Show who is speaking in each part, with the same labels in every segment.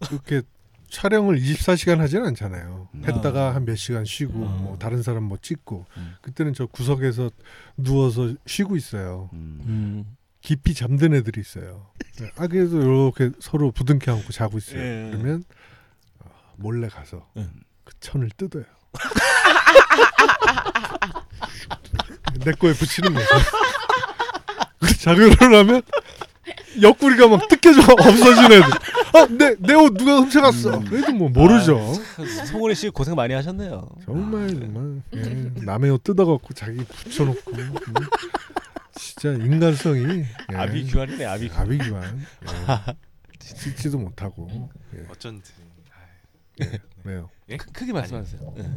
Speaker 1: 그렇게 촬영을 24시간 하진 않잖아요. 했다가 한 몇 시간 쉬고
Speaker 2: 아.
Speaker 1: 뭐 다른 사람 뭐 찍고
Speaker 3: 음.
Speaker 1: 그때는 저 구석에서 누워서 쉬고 있어요.
Speaker 3: 음.
Speaker 2: 음.
Speaker 1: 깊이 잠든 애들이 있어요. 네. 아 그래서 이렇게 서로 부둥켜 안고 자고 있어요.
Speaker 2: 예.
Speaker 1: 그러면 어, 몰래 가서
Speaker 2: 예.
Speaker 1: 그 천을 뜯어요. 내 거에 붙이는 거죠. 그 작용을 하면 옆구리가 막 뜯겨져 없어진 애들. 어내내 옷 누가 훔쳐갔어.
Speaker 2: 음.
Speaker 1: 그래도 뭐 모르죠.
Speaker 2: 아, 성훈이 그 씨 고생 많이 하셨네요.
Speaker 1: 정말 정말 예, 남의 옷 뜯어갖고 자기 붙여놓고 음. 진짜 인간성이 예.
Speaker 2: 아비 규환이네 아비. 규환.
Speaker 1: 아비기만 예. 찍지도
Speaker 2: 음.
Speaker 1: 못하고 네. 예,
Speaker 3: 어쩐지.
Speaker 1: 왜요?
Speaker 3: 예?
Speaker 2: 크- 크게 말씀하세요. 예.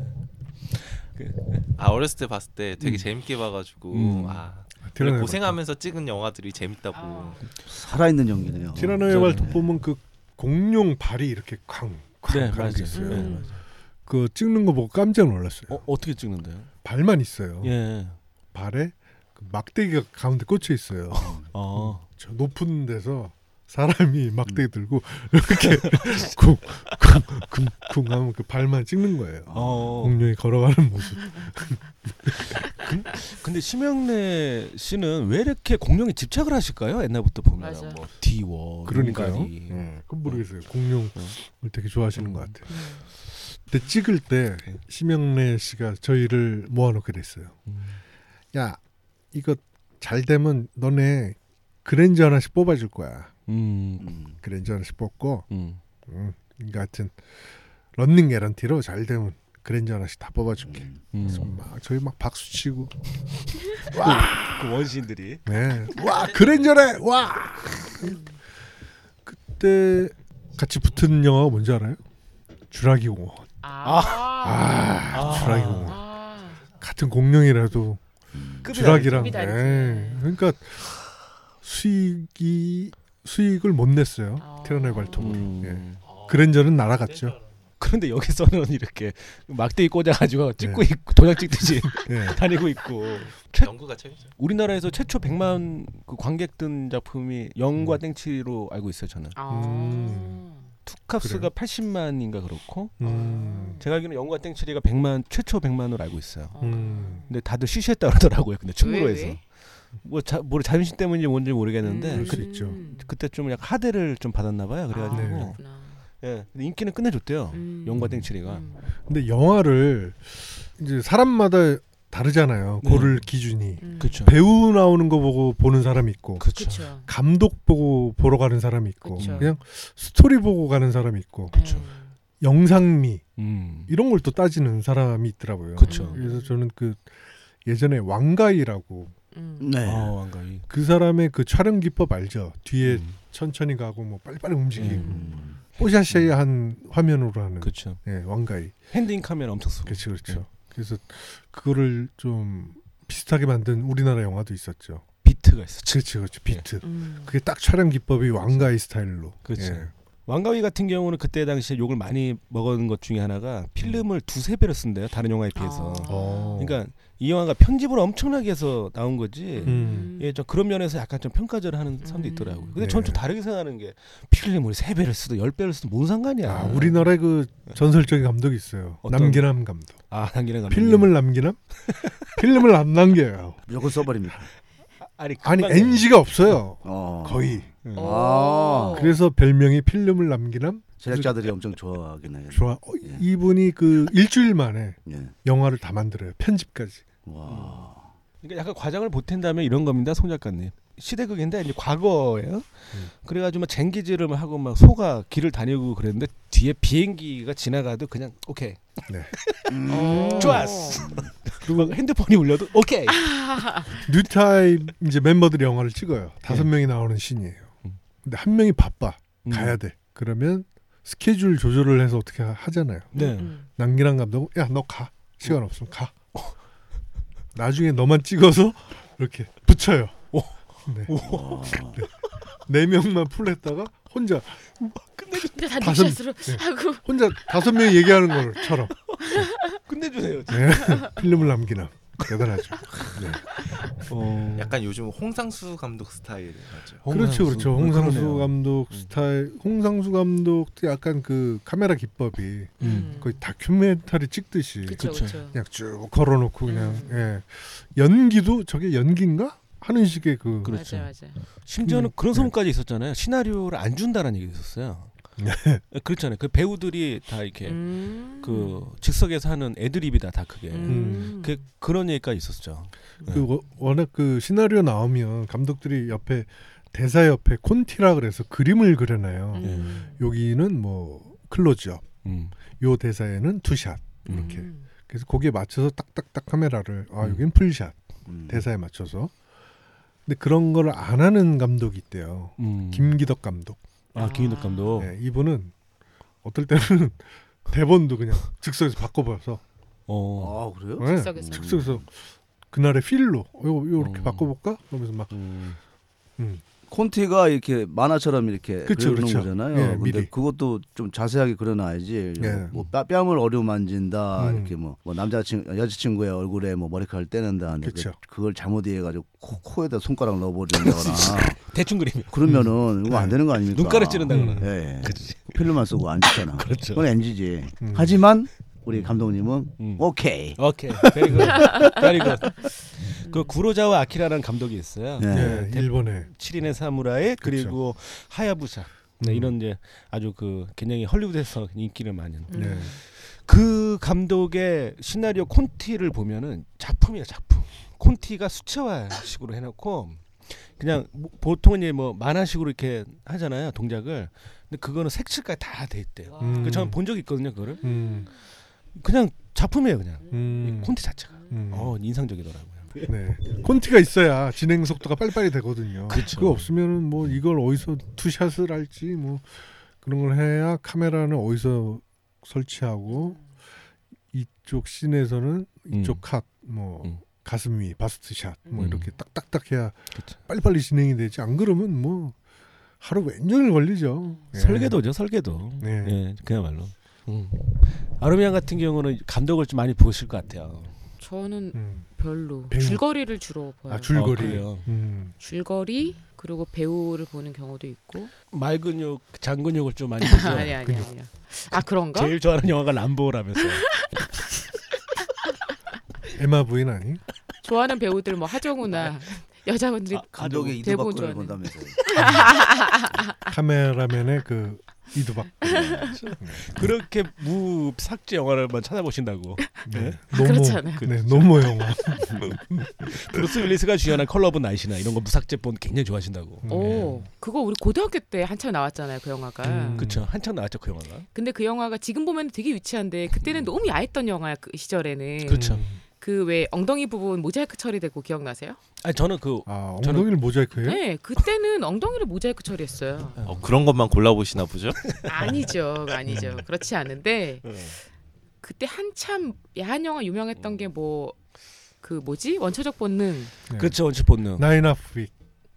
Speaker 3: 아 어렸을 때 봤을 때 되게 재밌게 봐가지고
Speaker 2: 음.
Speaker 3: 아 원래
Speaker 1: 티라노의
Speaker 3: 고생하면서 찍은 영화들이 재밌다고.
Speaker 4: 아. 살아있는 연기네요.
Speaker 1: 발. 티라노의
Speaker 2: 음.
Speaker 1: 말도 보면 그 공룡 발이 이렇게 쾅쾅 가는
Speaker 2: 네
Speaker 1: 게
Speaker 2: 맞아요.
Speaker 1: 있어요.
Speaker 2: 네,
Speaker 4: 음.
Speaker 2: 맞아요.
Speaker 1: 그 찍는 거 보고 깜짝 놀랐어요.
Speaker 2: 어 어떻게 찍는데요?
Speaker 1: 발만 있어요.
Speaker 2: 예.
Speaker 1: 발에 그 막대기가 가운데 꽂혀 있어요.
Speaker 2: 어.
Speaker 1: 저 높은 데서 사람이
Speaker 2: 음.
Speaker 1: 막대기 들고 이렇게 쿵쿵쿵쿵 하면 그 발만 찍는 거예요.
Speaker 2: 어.
Speaker 1: 공룡이 걸어가는 모습.
Speaker 2: 근데 심영래 씨는 왜 이렇게 공룡에 집착을 하실까요? 옛날부터 보면
Speaker 5: 맞아요.
Speaker 2: 뭐 디워,
Speaker 1: 그러니까요.
Speaker 2: 눈가리.
Speaker 1: 예, 그건 모르겠어요. 공룡을 되게 좋아하시는 것 같아요. 근데 찍을 때 심영래 씨가 저희를 모아놓게 됐어요.
Speaker 2: 음.
Speaker 1: 야, 이거 잘 되면 너네 그랜저 하나씩 뽑아줄 거야.
Speaker 2: 음.
Speaker 4: 음.
Speaker 1: 그랜저 하나씩 뽑고,
Speaker 2: 음.
Speaker 1: 음, 그러니까 하여튼 런닝 개런티로 잘 되면 그랜저 하나씩 다 뽑아줄게. 그래서
Speaker 2: 음.
Speaker 1: 막 저희 막 박수 치고,
Speaker 2: 그 원신들이.
Speaker 1: 네, 와 그랜저래, 와. 그때 같이 붙은 영화가 뭔지 알아요? 주라기 공원.
Speaker 5: 아.
Speaker 1: 아, 주라기 공원.
Speaker 5: 아.
Speaker 1: 같은 공룡이라도
Speaker 2: 음.
Speaker 1: 주락이랑
Speaker 5: 급이 다르지.
Speaker 1: 예. 그러니까 수익이 수익을 못 냈어요
Speaker 5: 아.
Speaker 1: 티라노의 발톱으로
Speaker 2: 음.
Speaker 1: 예. 그랜저는 날아갔죠
Speaker 2: 그런데 여기서는 이렇게 막대기 꽂아가지고 찍고
Speaker 1: 네.
Speaker 2: 있고 도장 찍듯이
Speaker 1: 예.
Speaker 2: 다니고 있고
Speaker 3: 연구가 최고죠.
Speaker 2: 우리나라에서 최초 100만 그 관객 든 작품이 영과 땡치로 알고 있어요 저는
Speaker 5: 아.
Speaker 1: 음.
Speaker 2: 투캅스가 80만인가 그렇고
Speaker 1: 음.
Speaker 2: 제가 알기로는 영과 땡치리가 100만 최초 100만으로 알고 있어요
Speaker 5: 어.
Speaker 1: 음.
Speaker 2: 근데 다들 쉬쉬했다 그러더라고요 근데 충무로
Speaker 5: 왜,
Speaker 2: 해서
Speaker 5: 왜?
Speaker 2: 뭐 자, 뭐 자존심 때문인지 뭔지 모르겠는데
Speaker 5: 음.
Speaker 1: 그럴 수 있죠.
Speaker 2: 그때 좀 약간 하대를 좀 받았나 봐요 그래가지고
Speaker 1: 네.
Speaker 5: 그렇구나.
Speaker 2: 예 근데 인기는 끝내줬대요
Speaker 5: 음.
Speaker 2: 영과 땡치리가
Speaker 5: 음.
Speaker 1: 근데 영화를 이제 사람마다 다르잖아요
Speaker 2: 네.
Speaker 1: 고를 기준이
Speaker 5: 음.
Speaker 2: 그렇죠
Speaker 1: 배우 나오는 거 보고 보는 사람이 있고
Speaker 2: 그렇죠
Speaker 5: 그렇죠.
Speaker 1: 감독 보고 보러 가는 사람이 있고
Speaker 5: 그쵸.
Speaker 1: 그냥 스토리 보고 가는 사람이 있고
Speaker 2: 그쵸.
Speaker 5: 음.
Speaker 1: 영상미
Speaker 2: 음
Speaker 1: 이런 걸 또 따지는 사람이 있더라고요
Speaker 2: 그렇죠
Speaker 5: 음.
Speaker 1: 그래서 저는 그 예전에 왕가이라고
Speaker 5: 음.
Speaker 4: 네.
Speaker 2: 아 왕가위
Speaker 1: 그 사람의 그 촬영 기법 알죠? 뒤에
Speaker 2: 음.
Speaker 1: 천천히 가고 뭐 빨리빨리 움직이고
Speaker 2: 음.
Speaker 4: 음.
Speaker 1: 뽀샤시한 화면으로 하는
Speaker 2: 그렇죠 예.
Speaker 1: 예, 왕가이.
Speaker 2: 핸딩 카메라 엄청 쓰고
Speaker 1: 그렇죠, 그렇죠. 그래서 그거를 좀 비슷하게 만든 우리나라 영화도 있었죠.
Speaker 2: 비트가 있어.
Speaker 1: 그렇죠,
Speaker 2: 예.
Speaker 1: 그렇죠. 비트.
Speaker 5: 음.
Speaker 1: 그게 딱 촬영 기법이 왕가이 스타일로.
Speaker 2: 그렇죠.
Speaker 1: 예.
Speaker 2: 왕가위 같은 경우는 그때 당시에 욕을 많이 먹은 것 중에 하나가 필름을 두세 배로 쓴대요. 다른 영화에 비해서.
Speaker 5: 아.
Speaker 1: 어.
Speaker 2: 그러니까 이 영화가 편집을 엄청나게 해서 나온 거지.
Speaker 1: 음.
Speaker 2: 예, 좀 그런 면에서 약간 좀 평가절을 하는 사람도 있더라고요. 근데
Speaker 1: 네.
Speaker 2: 저는 좀 다르게 생각하는 게 필름을 세 배를 쓰든 열 배를 쓰든 뭔 상관이야.
Speaker 1: 아, 우리나라의 그 전설적인 감독이 있어요.
Speaker 2: 예. 어떤-
Speaker 1: 남기남 감독.
Speaker 2: 아, 당기는 감독님.
Speaker 1: 필름을 남기남? 필름을 안 남겨요.
Speaker 4: 무조건 써버립니다.
Speaker 2: 아니
Speaker 1: 아니
Speaker 2: 금방
Speaker 1: NG가 없어요.
Speaker 4: 어.
Speaker 1: 거의.
Speaker 4: 아,
Speaker 5: 오.
Speaker 1: 음. 그래서 별명이 필름을 남기남
Speaker 4: 제작자들이 엄청 좋아하긴 해요.
Speaker 2: 네.
Speaker 1: 좋아. 어,
Speaker 4: 예.
Speaker 1: 이분이 그 일주일 만에
Speaker 4: 예.
Speaker 1: 영화를 다 만들어요. 편집까지.
Speaker 4: 와.
Speaker 2: 그러니까 약간 과장을 보탠다면 이런 겁니다, 송 작가님. 시대극인데 이제 과거예요.
Speaker 1: 음.
Speaker 2: 그래가지고 막 쟁기질을 막 하고 막 소가 길을 다니고 그랬는데 뒤에 비행기가 지나가도 그냥 오케이
Speaker 1: 네.
Speaker 5: 어.
Speaker 2: 좋았어. 그리고 핸드폰이 울려도 오케이.
Speaker 1: 아. 뉴타임 이제 멤버들이 영화를 찍어요. 다섯 명이 나오는 신이에요.
Speaker 2: 예. 음.
Speaker 1: 근데 한 명이 바빠
Speaker 2: 음.
Speaker 1: 가야 돼. 그러면 스케줄 조절을 해서 어떻게 하- 하잖아요.
Speaker 2: 네.
Speaker 5: 음.
Speaker 1: 남기란 감독은 야너 가.
Speaker 2: 어.
Speaker 1: 시간 없으면 가. 나중에 너만 찍어서 이렇게 붙여요.
Speaker 2: 오.
Speaker 1: 네.
Speaker 4: 와.
Speaker 1: 네 명만 풀했다가 혼자
Speaker 5: 근데 다
Speaker 1: 다섯-
Speaker 5: 닉샷으로 하고
Speaker 1: 혼자 다섯 명이 얘기하는 거처럼
Speaker 2: 끝내주세요.
Speaker 1: 예. 네. 필름을 남기나 대단하죠. 네.
Speaker 2: 어.
Speaker 3: 약간 요즘 홍상수 감독 스타일 맞죠?
Speaker 1: 그렇죠, 그렇죠. 홍상수
Speaker 2: 음,
Speaker 1: 음.
Speaker 2: 그러네요.
Speaker 1: 감독 스타일, 홍상수 감독도 약간 그 카메라 기법이
Speaker 2: 음.
Speaker 1: 거의 다큐멘터리 찍듯이
Speaker 5: 그쵸
Speaker 2: 그쵸.
Speaker 5: 그쵸.
Speaker 1: 그냥 쭉 걸어놓고 그냥
Speaker 5: 음.
Speaker 1: 예. 연기도 저게 연기인가 하는 식의 그
Speaker 2: 그렇죠.
Speaker 5: 맞아 맞아.
Speaker 2: 심지어는
Speaker 1: 음,
Speaker 2: 그런
Speaker 1: 네.
Speaker 2: 소문까지 있었잖아요. 시나리오를 안 준다라는 얘기도 있었어요.
Speaker 1: 네.
Speaker 2: 그렇잖아요. 그 배우들이 다 이렇게
Speaker 5: 음.
Speaker 2: 예. 그 즉석에서 하는 애드립이다 다 그게.
Speaker 5: 음.
Speaker 2: 그 그런 얘기까지 있었죠.
Speaker 1: 그 워- 워낙 그 시나리오 나오면 감독들이 옆에 대사 옆에 콘티라 그래서 그림을 그려놔요.
Speaker 5: 음.
Speaker 1: 여기는 뭐 클로즈업,
Speaker 2: 음.
Speaker 1: 요 대사에는 투샷. 이렇게.
Speaker 5: 음.
Speaker 1: 그래서 거기에 맞춰서 딱딱딱 카메라를 아
Speaker 2: 음.
Speaker 1: 여기는 풀샷
Speaker 4: 음.
Speaker 1: 대사에 맞춰서. 근데 그런 걸 안 하는 감독이 있대요.
Speaker 2: 음.
Speaker 1: 김기덕 감독.
Speaker 2: 아 김인덕 감독.
Speaker 1: 예, 이분은 어떨 때는 대본도 그냥 즉석에서 바꿔봐서
Speaker 2: 어.
Speaker 4: 아 그래요?
Speaker 1: 예,
Speaker 5: 즉석에서.
Speaker 1: 즉석에서 그날의 필로 어, 요 요렇게
Speaker 2: 음.
Speaker 1: 바꿔볼까? 그러면서 막
Speaker 2: 음.
Speaker 4: 콘티가 이렇게 만화처럼 이렇게
Speaker 1: 그쵸,
Speaker 4: 그려놓은
Speaker 1: 그쵸.
Speaker 4: 거잖아요.
Speaker 1: 예,
Speaker 4: 근데
Speaker 1: 미리.
Speaker 4: 그것도 좀 자세하게 그려놔야지.
Speaker 1: 예.
Speaker 4: 뭐 뺨- 뺨을 어루만진다
Speaker 1: 음.
Speaker 4: 이렇게 뭐, 뭐 남자친구 여자친구의 얼굴에 뭐 머리카락을 떼낸다. 근데
Speaker 1: 그쵸.
Speaker 4: 그, 그걸 잘못 이해해가지고 코, 코에다 손가락 넣어버린다거나
Speaker 2: 대충 그림.
Speaker 4: 그러면은 이거 안 되는 거 아닙니까?
Speaker 2: 눈가를 찌른다거나.
Speaker 1: 그렇죠. 음.
Speaker 4: 예.
Speaker 2: 그렇지.
Speaker 4: 필름만 쓰고 안 좋잖아.
Speaker 2: 그렇죠.
Speaker 4: 그건 NG지.
Speaker 1: 음.
Speaker 4: 하지만 우리 감독님은
Speaker 2: 음.
Speaker 4: 오케이.
Speaker 2: 오케이. 베리고. 베리고. 그 구로자와 아키라라는 감독이 있어요.
Speaker 4: 네.
Speaker 1: 예, 일본에
Speaker 2: 7인의 사무라이 그리고 하야부사. 네,
Speaker 1: 음.
Speaker 2: 이런 이제 아주 그 굉장히 헐리우드에서 인기를 많이 하는
Speaker 5: 음.
Speaker 1: 예.
Speaker 2: 그 감독의 시나리오 콘티를 보면은 작품이야 작품. 콘티가 수채화식으로 해놓고 그냥 뭐- 보통은 이제 뭐 만화식으로 이렇게 하잖아요 동작을. 근데 그거는 색칠까지 다 돼 있대요.
Speaker 5: 와.
Speaker 1: 음.
Speaker 2: 그 저는 본 적이 있거든요 그거를.
Speaker 1: 음,
Speaker 2: 그냥 작품이에요 그냥.
Speaker 1: 음,
Speaker 2: 콘티 자체가.
Speaker 1: 음.
Speaker 2: 어 인상적이더라고요.
Speaker 1: 네. 콘티가 있어야 진행 속도가 빨리빨리 되거든요.
Speaker 2: 그쵸.
Speaker 1: 거 없으면은 뭐 이걸 어디서 투샷을 할지 뭐 그런 걸 해야 카메라는 어디서 설치하고 이쪽 씬에서는 이쪽 컷, 뭐
Speaker 2: 음.
Speaker 1: 가슴 위, 바스트 샷, 뭐
Speaker 2: 음.
Speaker 1: 이렇게 딱딱딱 해야
Speaker 2: 그쵸.
Speaker 1: 빨리빨리 진행이 되지. 안 그러면 뭐 하루 왼종일 걸리죠. 예.
Speaker 2: 음. 설계도죠 설계도.
Speaker 1: 네.
Speaker 2: 예, 그야말로. 음. 아르미안 같은 경우는 감독을 좀 많이 보실 것 같아요.
Speaker 5: 저는
Speaker 1: 음.
Speaker 5: 별로
Speaker 1: 배우.
Speaker 5: 줄거리를 주로 봐요.
Speaker 1: 아 줄거리.
Speaker 2: 어, 그래요.
Speaker 1: 음.
Speaker 5: 줄거리 그리고 배우를 보는 경우도 있고.
Speaker 2: 말근육, 장근육을 좀 많이
Speaker 5: 아,
Speaker 2: 보죠.
Speaker 5: 아니 아니 아니야. 아 그런가?
Speaker 2: 제일 좋아하는 영화가 람보라면서.
Speaker 1: 에마 부인 아니?
Speaker 5: 좋아하는 배우들 뭐 하정우나
Speaker 2: 아,
Speaker 5: 여자분들이
Speaker 4: 감독의
Speaker 5: 대본
Speaker 4: 이두박근을
Speaker 5: 좋아하는.
Speaker 4: 본다면서.
Speaker 1: 카메라맨의 그 이두박.
Speaker 2: 그렇게 무 삭제 영화를만 찾아보신다고.
Speaker 1: 네.
Speaker 5: 아, 그렇잖아요.
Speaker 1: 네,
Speaker 2: 그렇죠.
Speaker 1: 노모 영화.
Speaker 2: 브루스 윌리스가 주연한 컬러 오브 나이시나 이런 거 무삭제 본 굉장히 좋아하신다고.
Speaker 5: 오 그거 우리 고등학교 때 한참 나왔잖아요 그 영화가.
Speaker 1: 음.
Speaker 2: 그쵸 한창 나왔죠 그 영화가.
Speaker 5: 근데 그 영화가 지금 보면 되게 유치한데 그때는 너무 야했던 영화야 그 시절에는.
Speaker 2: 그쵸.
Speaker 5: 그 왜 엉덩이 부분 모자이크 처리되고 기억나세요?
Speaker 2: 아니 저는 그
Speaker 1: 아
Speaker 2: 저는-
Speaker 1: 엉덩이를 모자이크예요?
Speaker 5: 네, 그때는 엉덩이를 모자이크 처리했어요.
Speaker 3: 어, 그런 것만 골라보시나 보죠? 음.
Speaker 5: 아니죠, 아니죠. 그렇지 않은데 그때 한참 야한 영화 유명했던 게 뭐 그 뭐지 원초적 본능
Speaker 1: 네.
Speaker 2: 그쵸 원치 본능.
Speaker 1: 나인아프윅.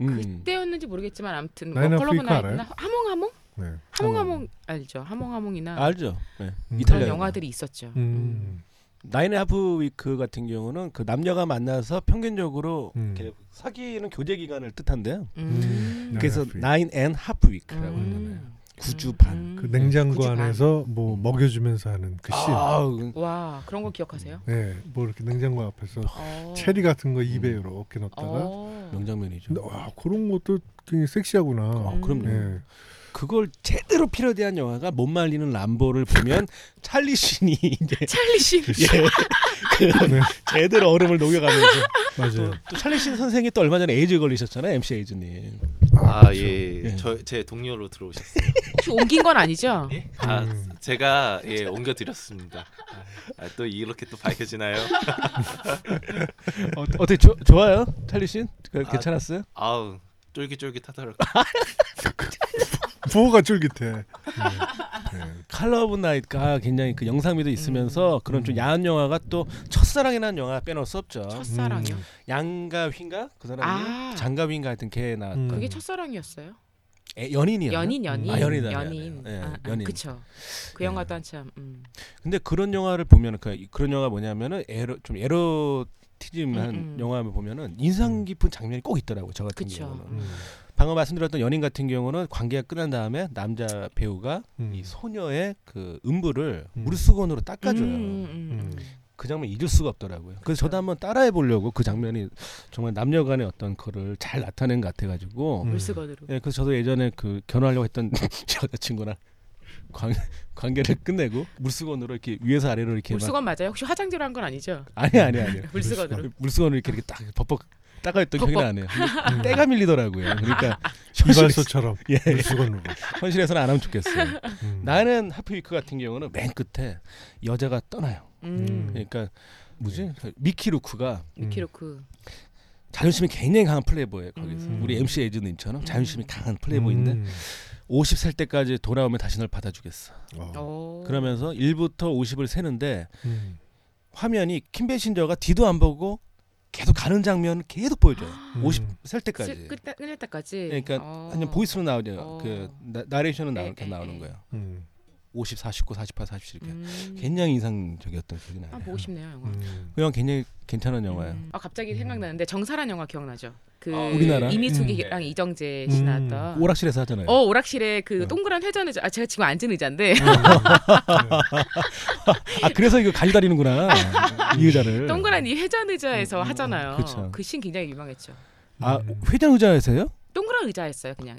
Speaker 2: 음.
Speaker 5: 그때였는지 모르겠지만 아무튼 뭐
Speaker 1: 나인 오브
Speaker 5: 컬러브
Speaker 1: 피크 알아요?
Speaker 5: 나이트나 하몽하몽
Speaker 1: 네.
Speaker 5: 하몽하몽 알죠 하몽하몽이나
Speaker 2: 알죠. 네.
Speaker 1: 음.
Speaker 2: 이탈리아
Speaker 5: 그런
Speaker 2: 영화.
Speaker 5: 영화들이 있었죠.
Speaker 1: 아, 음.
Speaker 2: 나인 하프 위크 같은 경우는 그 남녀가 만나서 평균적으로
Speaker 1: 음.
Speaker 2: 이렇게 사귀는 교제 기간을 뜻한대요.
Speaker 1: 음. 네.
Speaker 2: 그래서
Speaker 1: 하프 위크.
Speaker 2: 나인 앤 하프 위크라고
Speaker 5: 음.
Speaker 2: 하잖아요. 구주
Speaker 5: 음.
Speaker 2: 반.
Speaker 1: 그 냉장고
Speaker 5: 굳이 반.
Speaker 1: 안에서 뭐 먹여주면서 하는 그 씬.
Speaker 2: 음. 아우, 음.
Speaker 5: 와 그런 거 기억하세요?
Speaker 1: 네, 뭐 이렇게 냉장고 앞에서
Speaker 5: 어.
Speaker 1: 체리 같은 거 입에
Speaker 2: 음.
Speaker 1: 이렇게 넣다가.
Speaker 5: 어.
Speaker 2: 명장면이죠.
Speaker 1: 근데 와 그런 것도 굉장히 섹시하구나.
Speaker 5: 음.
Speaker 2: 아, 그럼요.
Speaker 1: 네.
Speaker 2: 그걸 제대로 피러디한 영화가 못 말리는 람보를 보면 찰리 신이 이제
Speaker 5: 찰리 씨
Speaker 2: 예, 그
Speaker 1: 네,
Speaker 2: 제대로 얼음을 녹여가면서
Speaker 1: 맞아요.
Speaker 2: 또 찰리 신 선생이 또 얼마 전에 에이즈 걸리셨잖아요, MC 에이즈님.
Speaker 3: 아
Speaker 2: 예.
Speaker 3: 예, 저 제 동료로 들어오셨어요.
Speaker 5: 혹시 옮긴 건 아니죠?
Speaker 3: 아
Speaker 1: 음.
Speaker 3: 제가 예 옮겨 드렸습니다. 아, 또 이렇게 또 밝혀지나요?
Speaker 2: 어, 어떻게 조, 좋아요, 찰리 신? 그,
Speaker 3: 아,
Speaker 2: 괜찮았어요?
Speaker 3: 아우 쫄깃쫄깃하더라고.
Speaker 1: 부호가 쫄깃해. 네.
Speaker 2: 칼러 오브 나이트가 굉장히 그 영상미도 있으면서
Speaker 5: 음.
Speaker 2: 그런 좀 야한 영화가 또 첫사랑이라는 영화 빼놓을 수 없죠.
Speaker 5: 첫사랑이요.
Speaker 1: 음.
Speaker 2: 양가 휘인가 그 사람이
Speaker 5: 아.
Speaker 2: 장가 휘인가 하여튼 걔 나왔.
Speaker 1: 음.
Speaker 5: 그게 첫사랑이었어요?
Speaker 2: 연인이요.
Speaker 5: 연인 연인
Speaker 2: 아, 연인이다,
Speaker 5: 연인
Speaker 2: 예,
Speaker 5: 아, 아,
Speaker 2: 연인. 예.
Speaker 5: 그쵸 그 영화도 한참 음.
Speaker 2: 근데 그런 영화를 보면 그 그런 영화 뭐냐면은 에로 좀 에로 네티즌한
Speaker 5: 음, 음.
Speaker 2: 영화를 보면은 인상 깊은 장면이 꼭 있더라고요. 저 같은
Speaker 5: 그쵸.
Speaker 2: 경우는.
Speaker 1: 음.
Speaker 2: 방금 말씀드렸던 연인 같은 경우는 관계가 끝난 다음에 남자 배우가
Speaker 5: 음.
Speaker 2: 이 소녀의 그 음부를
Speaker 1: 음.
Speaker 2: 물수건으로 닦아줘요.
Speaker 5: 음, 음, 음.
Speaker 2: 그 장면 잊을 수가 없더라고요. 그래서 저도
Speaker 5: 그쵸.
Speaker 2: 한번 따라해 보려고 그 장면이 정말 남녀간의 어떤 거를 잘 나타낸 것 같아가지고.
Speaker 1: 음.
Speaker 5: 물수건으로.
Speaker 2: 예, 그래서 저도 예전에 그 결혼하려고 했던 여자친구랑 관, 관계를 끝내고 물수건으로 이렇게 위에서 아래로 이렇게 막-
Speaker 5: 물수건 맞아요? 혹시 화장대로 한 건 아니죠?
Speaker 2: 아니 아니
Speaker 1: 음.
Speaker 2: 아니
Speaker 5: 물수건으로.
Speaker 2: 물수건을 이렇게 이렇게 딱 버벅 닦아였던 기억이
Speaker 5: 버벅.
Speaker 2: 나네요. 때가 밀리더라고요. 그러니까 현실에서,
Speaker 1: 이발소처럼
Speaker 2: 예, 예.
Speaker 1: 물수건으로.
Speaker 2: 현실에서는 안 하면 좋겠어요.
Speaker 1: 음.
Speaker 2: 나는 예, 하프위크 같은 경우는 맨 끝에 여자가 떠나요.
Speaker 5: 음. 네.
Speaker 1: 음.
Speaker 2: 그러니까 뭐지 미키 루크가
Speaker 5: 미키로크.
Speaker 2: 자존심이 굉장히 강한 플레이보예요. 거기서
Speaker 5: 음.
Speaker 2: 우리 MC 에즈님처럼 자존심이
Speaker 5: 음.
Speaker 2: 강한 플레이보인데 50살 때까지 돌아오면 다시 널 받아주겠어.
Speaker 5: 어.
Speaker 2: 그러면서 1부터 50을 세는데
Speaker 1: 음.
Speaker 2: 화면이 킴 베신저가 뒤도 안 보고 계속 가는 장면 계속 보여줘요.
Speaker 1: 음.
Speaker 2: 50살 때까지.
Speaker 5: 끝 끝날 때까지.
Speaker 2: 그러니까
Speaker 5: 어.
Speaker 2: 그냥 보이스로 나오죠.
Speaker 5: 어. 네,
Speaker 2: 그 나, 나레이션은 나,
Speaker 5: 에,
Speaker 2: 이렇게
Speaker 5: 에, 에.
Speaker 2: 나오는 거예요.
Speaker 1: 음.
Speaker 2: 50, 49, 48, 47 이렇게.
Speaker 5: 음.
Speaker 2: 굉장히 인상적이었던 기억이
Speaker 5: 아
Speaker 2: 나요.
Speaker 5: 보고 싶네요 영화.
Speaker 1: 음.
Speaker 2: 그 영화 굉장히 괜찮은 영화예요. 아,
Speaker 5: 음. 아 갑자기 생각나는데 정사란 영화 기억나죠? 그
Speaker 3: 어,
Speaker 2: 우리나라?
Speaker 5: 이미숙이랑
Speaker 3: 음.
Speaker 5: 이정재
Speaker 1: 음.
Speaker 5: 씨 나왔던.
Speaker 2: 오락실에서 하잖아요.
Speaker 5: 어 오락실에 그
Speaker 2: 어.
Speaker 5: 동그란 회전 의자. 아 제가 지금 앉은 의자인데
Speaker 2: 아 그래서 이거 가져다니는구나 이 의자를.
Speaker 5: 동그란 이 회전 의자에서
Speaker 2: 네. 음, 음,
Speaker 5: 하잖아요.
Speaker 2: 그쵸.
Speaker 5: 그씬 굉장히 유명했죠.
Speaker 2: 아 회전 의자에서요?
Speaker 5: 동그란 의자였어요 그냥.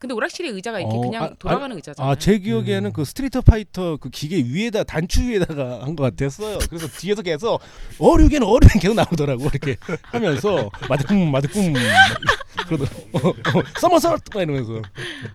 Speaker 5: 근데 오락실에 의자가 이렇게
Speaker 2: 어,
Speaker 5: 그냥
Speaker 2: 아, 아,
Speaker 5: 돌아가는 의자잖아요.
Speaker 2: 아 제 기억에는
Speaker 1: 음.
Speaker 2: 그 스트리트 파이터 그 기계 위에다 단추 위에다가 한 것 같았어요. 그래서 뒤에서 계속 어류겐 어류겐 계속 나오더라고 이렇게 하면서 마드꿈 마드꿈 그러더 어, 어, 서머서트 막 이러면서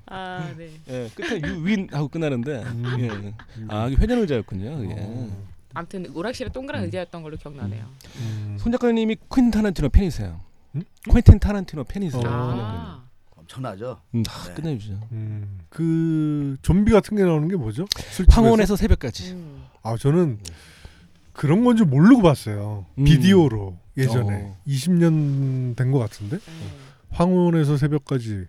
Speaker 5: 아 네.
Speaker 2: 예 끝에 유윈 하고 끝나는데 예.
Speaker 1: 음.
Speaker 2: 아 이게 회전 의자였군요. 예.
Speaker 1: 어.
Speaker 5: 아무튼 오락실에 동그란
Speaker 2: 음.
Speaker 5: 의자였던 걸로 기억나네요.
Speaker 1: 음.
Speaker 2: 손 작가님이 퀸 타란티노 팬이세요.
Speaker 1: 음?
Speaker 2: 퀸틴 타란티노 팬이세요.
Speaker 1: 어.
Speaker 5: 아
Speaker 4: 엄청나죠.
Speaker 2: 음, 아,
Speaker 4: 네.
Speaker 2: 끝내주죠.
Speaker 1: 음. 그 좀비 같은 게 나오는 게 뭐죠? 술집에서?
Speaker 2: 황혼에서 새벽까지.
Speaker 5: 음.
Speaker 1: 아 저는 그런 건지 모르고 봤어요.
Speaker 2: 음.
Speaker 1: 비디오로 예전에
Speaker 2: 어.
Speaker 1: 20년 된 것 같은데
Speaker 2: 네.
Speaker 5: 음.
Speaker 1: 황혼에서 새벽까지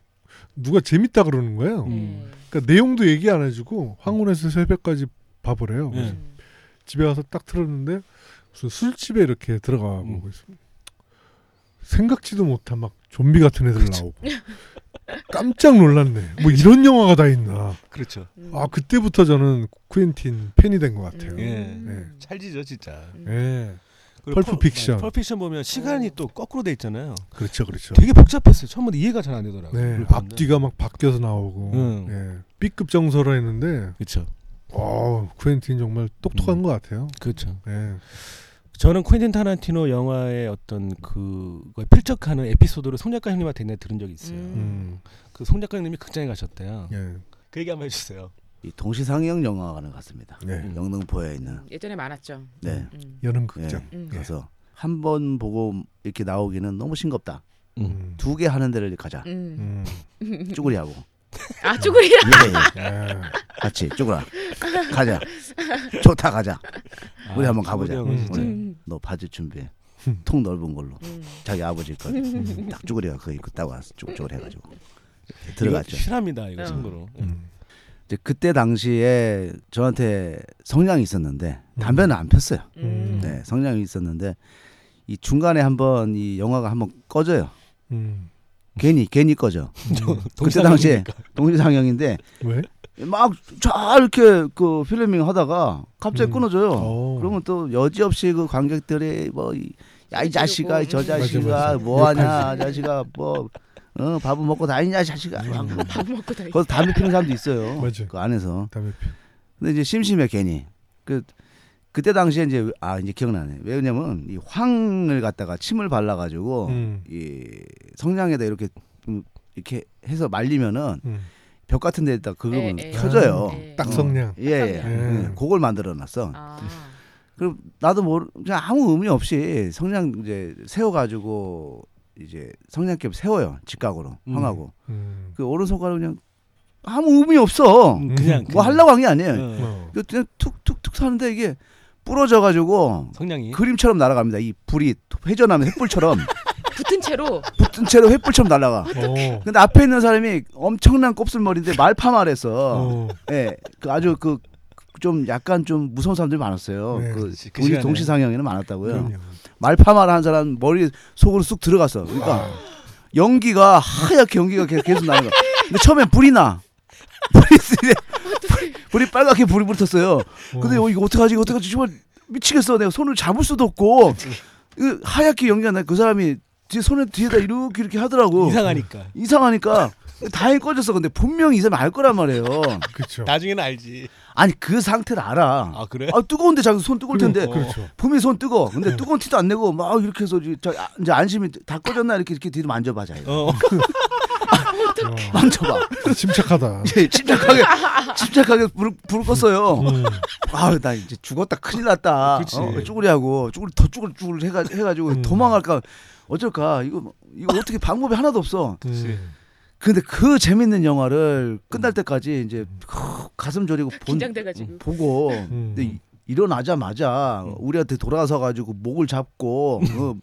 Speaker 1: 누가 재밌다 그러는 거예요.
Speaker 5: 네.
Speaker 2: 음.
Speaker 1: 그러니까 내용도 얘기 안 해주고 황혼에서 새벽까지 봐보래요.
Speaker 2: 네.
Speaker 5: 음.
Speaker 1: 집에 가서 딱 틀었는데 무슨 술집에 이렇게 들어가
Speaker 2: 음.
Speaker 1: 보고 있습니다. 생각지도 못한 막 좀비 같은 애들 나오고 깜짝 놀랐네. 뭐 이런 영화가 다 있나.
Speaker 2: 그렇죠.
Speaker 5: 음.
Speaker 1: 아 그때부터 저는 쿠엔틴 팬이 된 것 같아요.
Speaker 5: 음.
Speaker 2: 예.
Speaker 5: 음.
Speaker 2: 찰지죠 진짜.
Speaker 1: 예.
Speaker 2: 그리고
Speaker 1: 펄프 픽션.
Speaker 2: 펄프 픽션 네. 보면 시간이 또 거꾸로 돼 있잖아요.
Speaker 1: 그렇죠, 그렇죠.
Speaker 2: 되게 복잡했어요. 처음부터 이해가 잘 안 되더라고요.
Speaker 1: 네, 앞뒤가 막 바뀌어서 나오고,
Speaker 2: 음.
Speaker 1: 예, B급 정서로 했는데,
Speaker 2: 그렇죠.
Speaker 1: 어, 쿠엔틴 정말 똑똑한
Speaker 2: 음.
Speaker 1: 것 같아요.
Speaker 2: 그렇죠.
Speaker 1: 예,
Speaker 2: 저는 퀸틴 타란티노 영화의 어떤 그 그걸 필적하는 에피소드를 송 작가님한테 옛날에 들은 적이 있어요.
Speaker 1: 음,
Speaker 2: 그송 작가님이 극장에 가셨대요.
Speaker 1: 예,
Speaker 2: 그 얘기 한번 해주세요.
Speaker 4: 이 동시상영 영화관을 갔습니다.
Speaker 1: 예,
Speaker 4: 영등포에 있는.
Speaker 5: 예전에 많았죠.
Speaker 4: 네.
Speaker 5: 음.
Speaker 1: 연흥극장.
Speaker 5: 음.
Speaker 4: 그래서 한 번 보고 이렇게 나오기는 너무 싱겁다.
Speaker 1: 음.
Speaker 4: 두 개 하는 데를 가자.
Speaker 5: 음.
Speaker 1: 음.
Speaker 4: 쭈구리하고
Speaker 5: 아 쭈구리야.
Speaker 4: 예, 예.
Speaker 1: 예.
Speaker 4: 같이 쭈구라 가자. 좋다 가자. 우리 한번 가보자.
Speaker 2: 친구들 형은 아, 진짜.
Speaker 4: 음.
Speaker 5: 음.
Speaker 4: 너 바지 준비해. 통 넓은 걸로.
Speaker 5: 음.
Speaker 4: 자기 아버지 거. 딱 쭈구리가 그거 입고 딱 와서 쭈글쭈글 해가지고 네, 들어갔죠.
Speaker 2: 이거 실합니다 이거
Speaker 5: 어.
Speaker 2: 참고로.
Speaker 1: 음.
Speaker 4: 이제 그때 당시에 저한테 성향이 있었는데 담배는 안 폈어요.
Speaker 5: 음.
Speaker 4: 네, 성향이 있었는데 이 중간에 한번 이 영화가 한번 꺼져요.
Speaker 1: 음.
Speaker 4: 괜히 괜히 꺼져.
Speaker 2: 음.
Speaker 4: 그때
Speaker 2: 동시상영이니까.
Speaker 4: 당시에 동시상영인데
Speaker 1: 왜?
Speaker 4: 막 잘 이렇게 그 필리밍 하다가 갑자기
Speaker 1: 음.
Speaker 4: 끊어져요.
Speaker 1: 어.
Speaker 4: 그러면 또 여지없이 그 관객들이 뭐야이 자식아 이 저
Speaker 5: 맞아,
Speaker 1: 맞아.
Speaker 4: 자식아 뭐하냐
Speaker 5: 욕하지.
Speaker 4: 자식아 뭐 어, 밥은 먹고 다니냐 자식아. 막
Speaker 1: 음.
Speaker 5: 밥 먹고 다니.
Speaker 4: 거기서 담배 피는 사람도 있어요.
Speaker 1: 맞아.
Speaker 4: 그 안에서.
Speaker 1: 담배 피.
Speaker 4: 근데 이제 심심해 괜히. 그 그때 당시에 이제 아 이제 기억나네. 왜냐면 이 황을 갖다가 침을 발라가지고
Speaker 1: 음.
Speaker 4: 이 성냥에다 이렇게 좀 이렇게 해서 말리면은
Speaker 1: 음.
Speaker 4: 벽 같은 데다 그거면
Speaker 5: 에, 에.
Speaker 4: 켜져요.
Speaker 5: 아, 에.
Speaker 4: 어.
Speaker 1: 딱성냥.
Speaker 4: 예, 예.
Speaker 1: 딱성냥.
Speaker 4: 예, 그걸 만들어놨어.
Speaker 5: 아.
Speaker 4: 그럼 나도 모르 그냥 아무 의미 없이 성냥 이제 세워가지고 이제 성냥개 세워요 직각으로
Speaker 2: 음.
Speaker 4: 황하고
Speaker 1: 음.
Speaker 4: 그 오른손가락 그냥 아무 의미 없어.
Speaker 2: 음, 그냥
Speaker 4: 뭐 하려고 한 게 아니에요.
Speaker 2: 어.
Speaker 1: 어.
Speaker 4: 이거 그냥 툭툭툭 하는데 이게 부러져가지고
Speaker 2: 성량이.
Speaker 4: 그림처럼 날아갑니다. 이 불이 회전하면 횃불처럼
Speaker 5: 붙은 채로
Speaker 4: 붙은 채로 횃불처럼 날아가.
Speaker 1: 어.
Speaker 4: 근데 앞에 있는 사람이 엄청난 곱슬머리인데 말파말해서
Speaker 1: 어.
Speaker 4: 예, 그 아주 그 좀 약간 좀 무서운 사람들이 많았어요.
Speaker 1: 네,
Speaker 4: 그
Speaker 2: 그치, 그
Speaker 4: 동시,
Speaker 2: 시간에.
Speaker 4: 동시 상영에는 많았다고요.
Speaker 1: 그럼요.
Speaker 4: 말파마를 한 사람 머리 속으로 쑥 들어갔어.
Speaker 2: 아.
Speaker 4: 그러니까 연기가 하얗게 연기가 계속, 계속 나는 거야. 근데 처음엔 불이 나. 불이 쓰네. 불이 빨갛게 불이 붙었어요. 근데 어, 이거 어떡하지? 이거 어떡하지? 정말 미치겠어. 내가 손을 잡을 수도 없고. 그 하얗게 연기가 나. 그 사람이 뒤에 손을 뒤에다 이렇게 이렇게 하더라고.
Speaker 2: 이상하니까.
Speaker 4: 이상하니까 다행히 꺼졌어. 근데 분명히 이 사람이 알 거란 말이에요.
Speaker 1: 그렇죠.
Speaker 2: 나중에는 알지.
Speaker 4: 아니 그 상태를 알아.
Speaker 2: 아 그래?
Speaker 4: 아 뜨거운데 자기 손 뜨거울 텐데
Speaker 1: 그렇죠.
Speaker 4: 봄이 손 뜨거.
Speaker 1: 네.
Speaker 4: 근데 뜨거운 티도 안 내고 막 이렇게 해서 이제 자- 아, 이제 안심이 다 꺼졌나 이렇게 이렇게 뒤로 만져봐 자기.
Speaker 2: 어.
Speaker 1: 어,
Speaker 4: 만져봐.
Speaker 1: 침착하다.
Speaker 4: 이제 침착하게 침착하게 불을, 불을 껐어요.
Speaker 1: 음.
Speaker 4: 아유 나 이제 죽었다 큰일 났다.
Speaker 1: 그치.
Speaker 4: 어, 쭈구리하고 쭈구리 더 쭈구리쭈구리 해가 해가지고
Speaker 1: 음.
Speaker 4: 도망갈까 어쩔까 이거 이거 어떻게 방법이 하나도 없어.
Speaker 1: 음.
Speaker 4: 근데 그 재밌는 영화를 끝날 때까지 이제 가슴 졸이고 본
Speaker 5: 긴장돼가지고.
Speaker 4: 보고
Speaker 1: 음.
Speaker 4: 근데 이- 일어나자마자 우리한테 돌아서 가지고 목을 잡고
Speaker 2: 음.
Speaker 4: 어,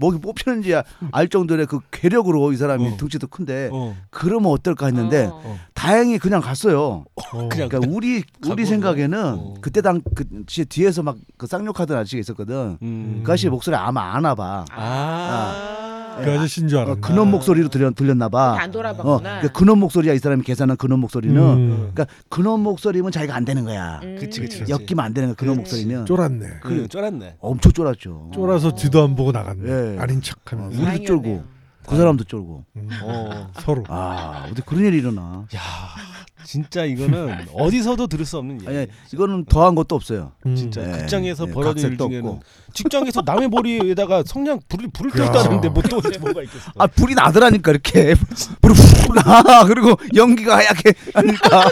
Speaker 4: 목이 뽑히는지 알 정도의 그 괴력으로 이 사람이
Speaker 2: 어.
Speaker 4: 등치도 큰데
Speaker 2: 어.
Speaker 4: 그러면 어떨까 했는데
Speaker 5: 어.
Speaker 4: 다행히 그냥 갔어요.
Speaker 1: 어.
Speaker 2: 그냥
Speaker 4: 그러니까 우리
Speaker 2: 가고,
Speaker 4: 우리 생각에는
Speaker 2: 어.
Speaker 4: 그때 당그 뒤에서 막 그 쌍욕하던 아저씨가 있었거든.
Speaker 2: 음.
Speaker 4: 그 아저씨 목소리 아마 아나 봐.
Speaker 2: 아.
Speaker 1: 그 아저씨인 줄 알았나.
Speaker 4: 어, 그놈 목소리로 들려 들렸나 봐.
Speaker 5: 안 돌아봤구나.
Speaker 4: 어, 그러니까 그놈 목소리야 이 사람이 계산한 그놈 목소리는.
Speaker 1: 음.
Speaker 4: 그러니까 그놈 목소리면 자기가 안 되는 거야.
Speaker 5: 음.
Speaker 2: 그치, 그치. 그렇지.
Speaker 4: 엮이면 안 되는 거야. 그놈
Speaker 2: 그렇지.
Speaker 4: 목소리면
Speaker 1: 쫄았네.
Speaker 2: 그 쫄았네.
Speaker 4: 엄청 쫄았죠.
Speaker 1: 쫄아서 뒤도 안 보고 나갔네.
Speaker 4: 예.
Speaker 1: 아닌 척하면서.
Speaker 4: 우리도 쫄고
Speaker 5: 다행이었네요.
Speaker 4: 그 사람도 쫄고.
Speaker 1: 음.
Speaker 2: 어.
Speaker 1: 서로.
Speaker 4: 아 어디 그런 일이 일어나?
Speaker 2: 야. 진짜 이거는 어디서도 들을 수 없는
Speaker 4: 아니
Speaker 2: 이야기.
Speaker 4: 이거는 더한 것도 없어요.
Speaker 1: 음.
Speaker 2: 진짜
Speaker 4: 네.
Speaker 2: 극장에서
Speaker 4: 네,
Speaker 2: 벌어진 일
Speaker 4: 각색도
Speaker 2: 중에는
Speaker 4: 없고.
Speaker 2: 직장에서 남의 머리에다가 성냥 불을 불을
Speaker 1: 그야.
Speaker 2: 떴다는데 뭐또 뭐가 있겠어?
Speaker 4: 아 불이 나더라니까 이렇게 불이 훅나 그리고 연기가 하얗게 하니까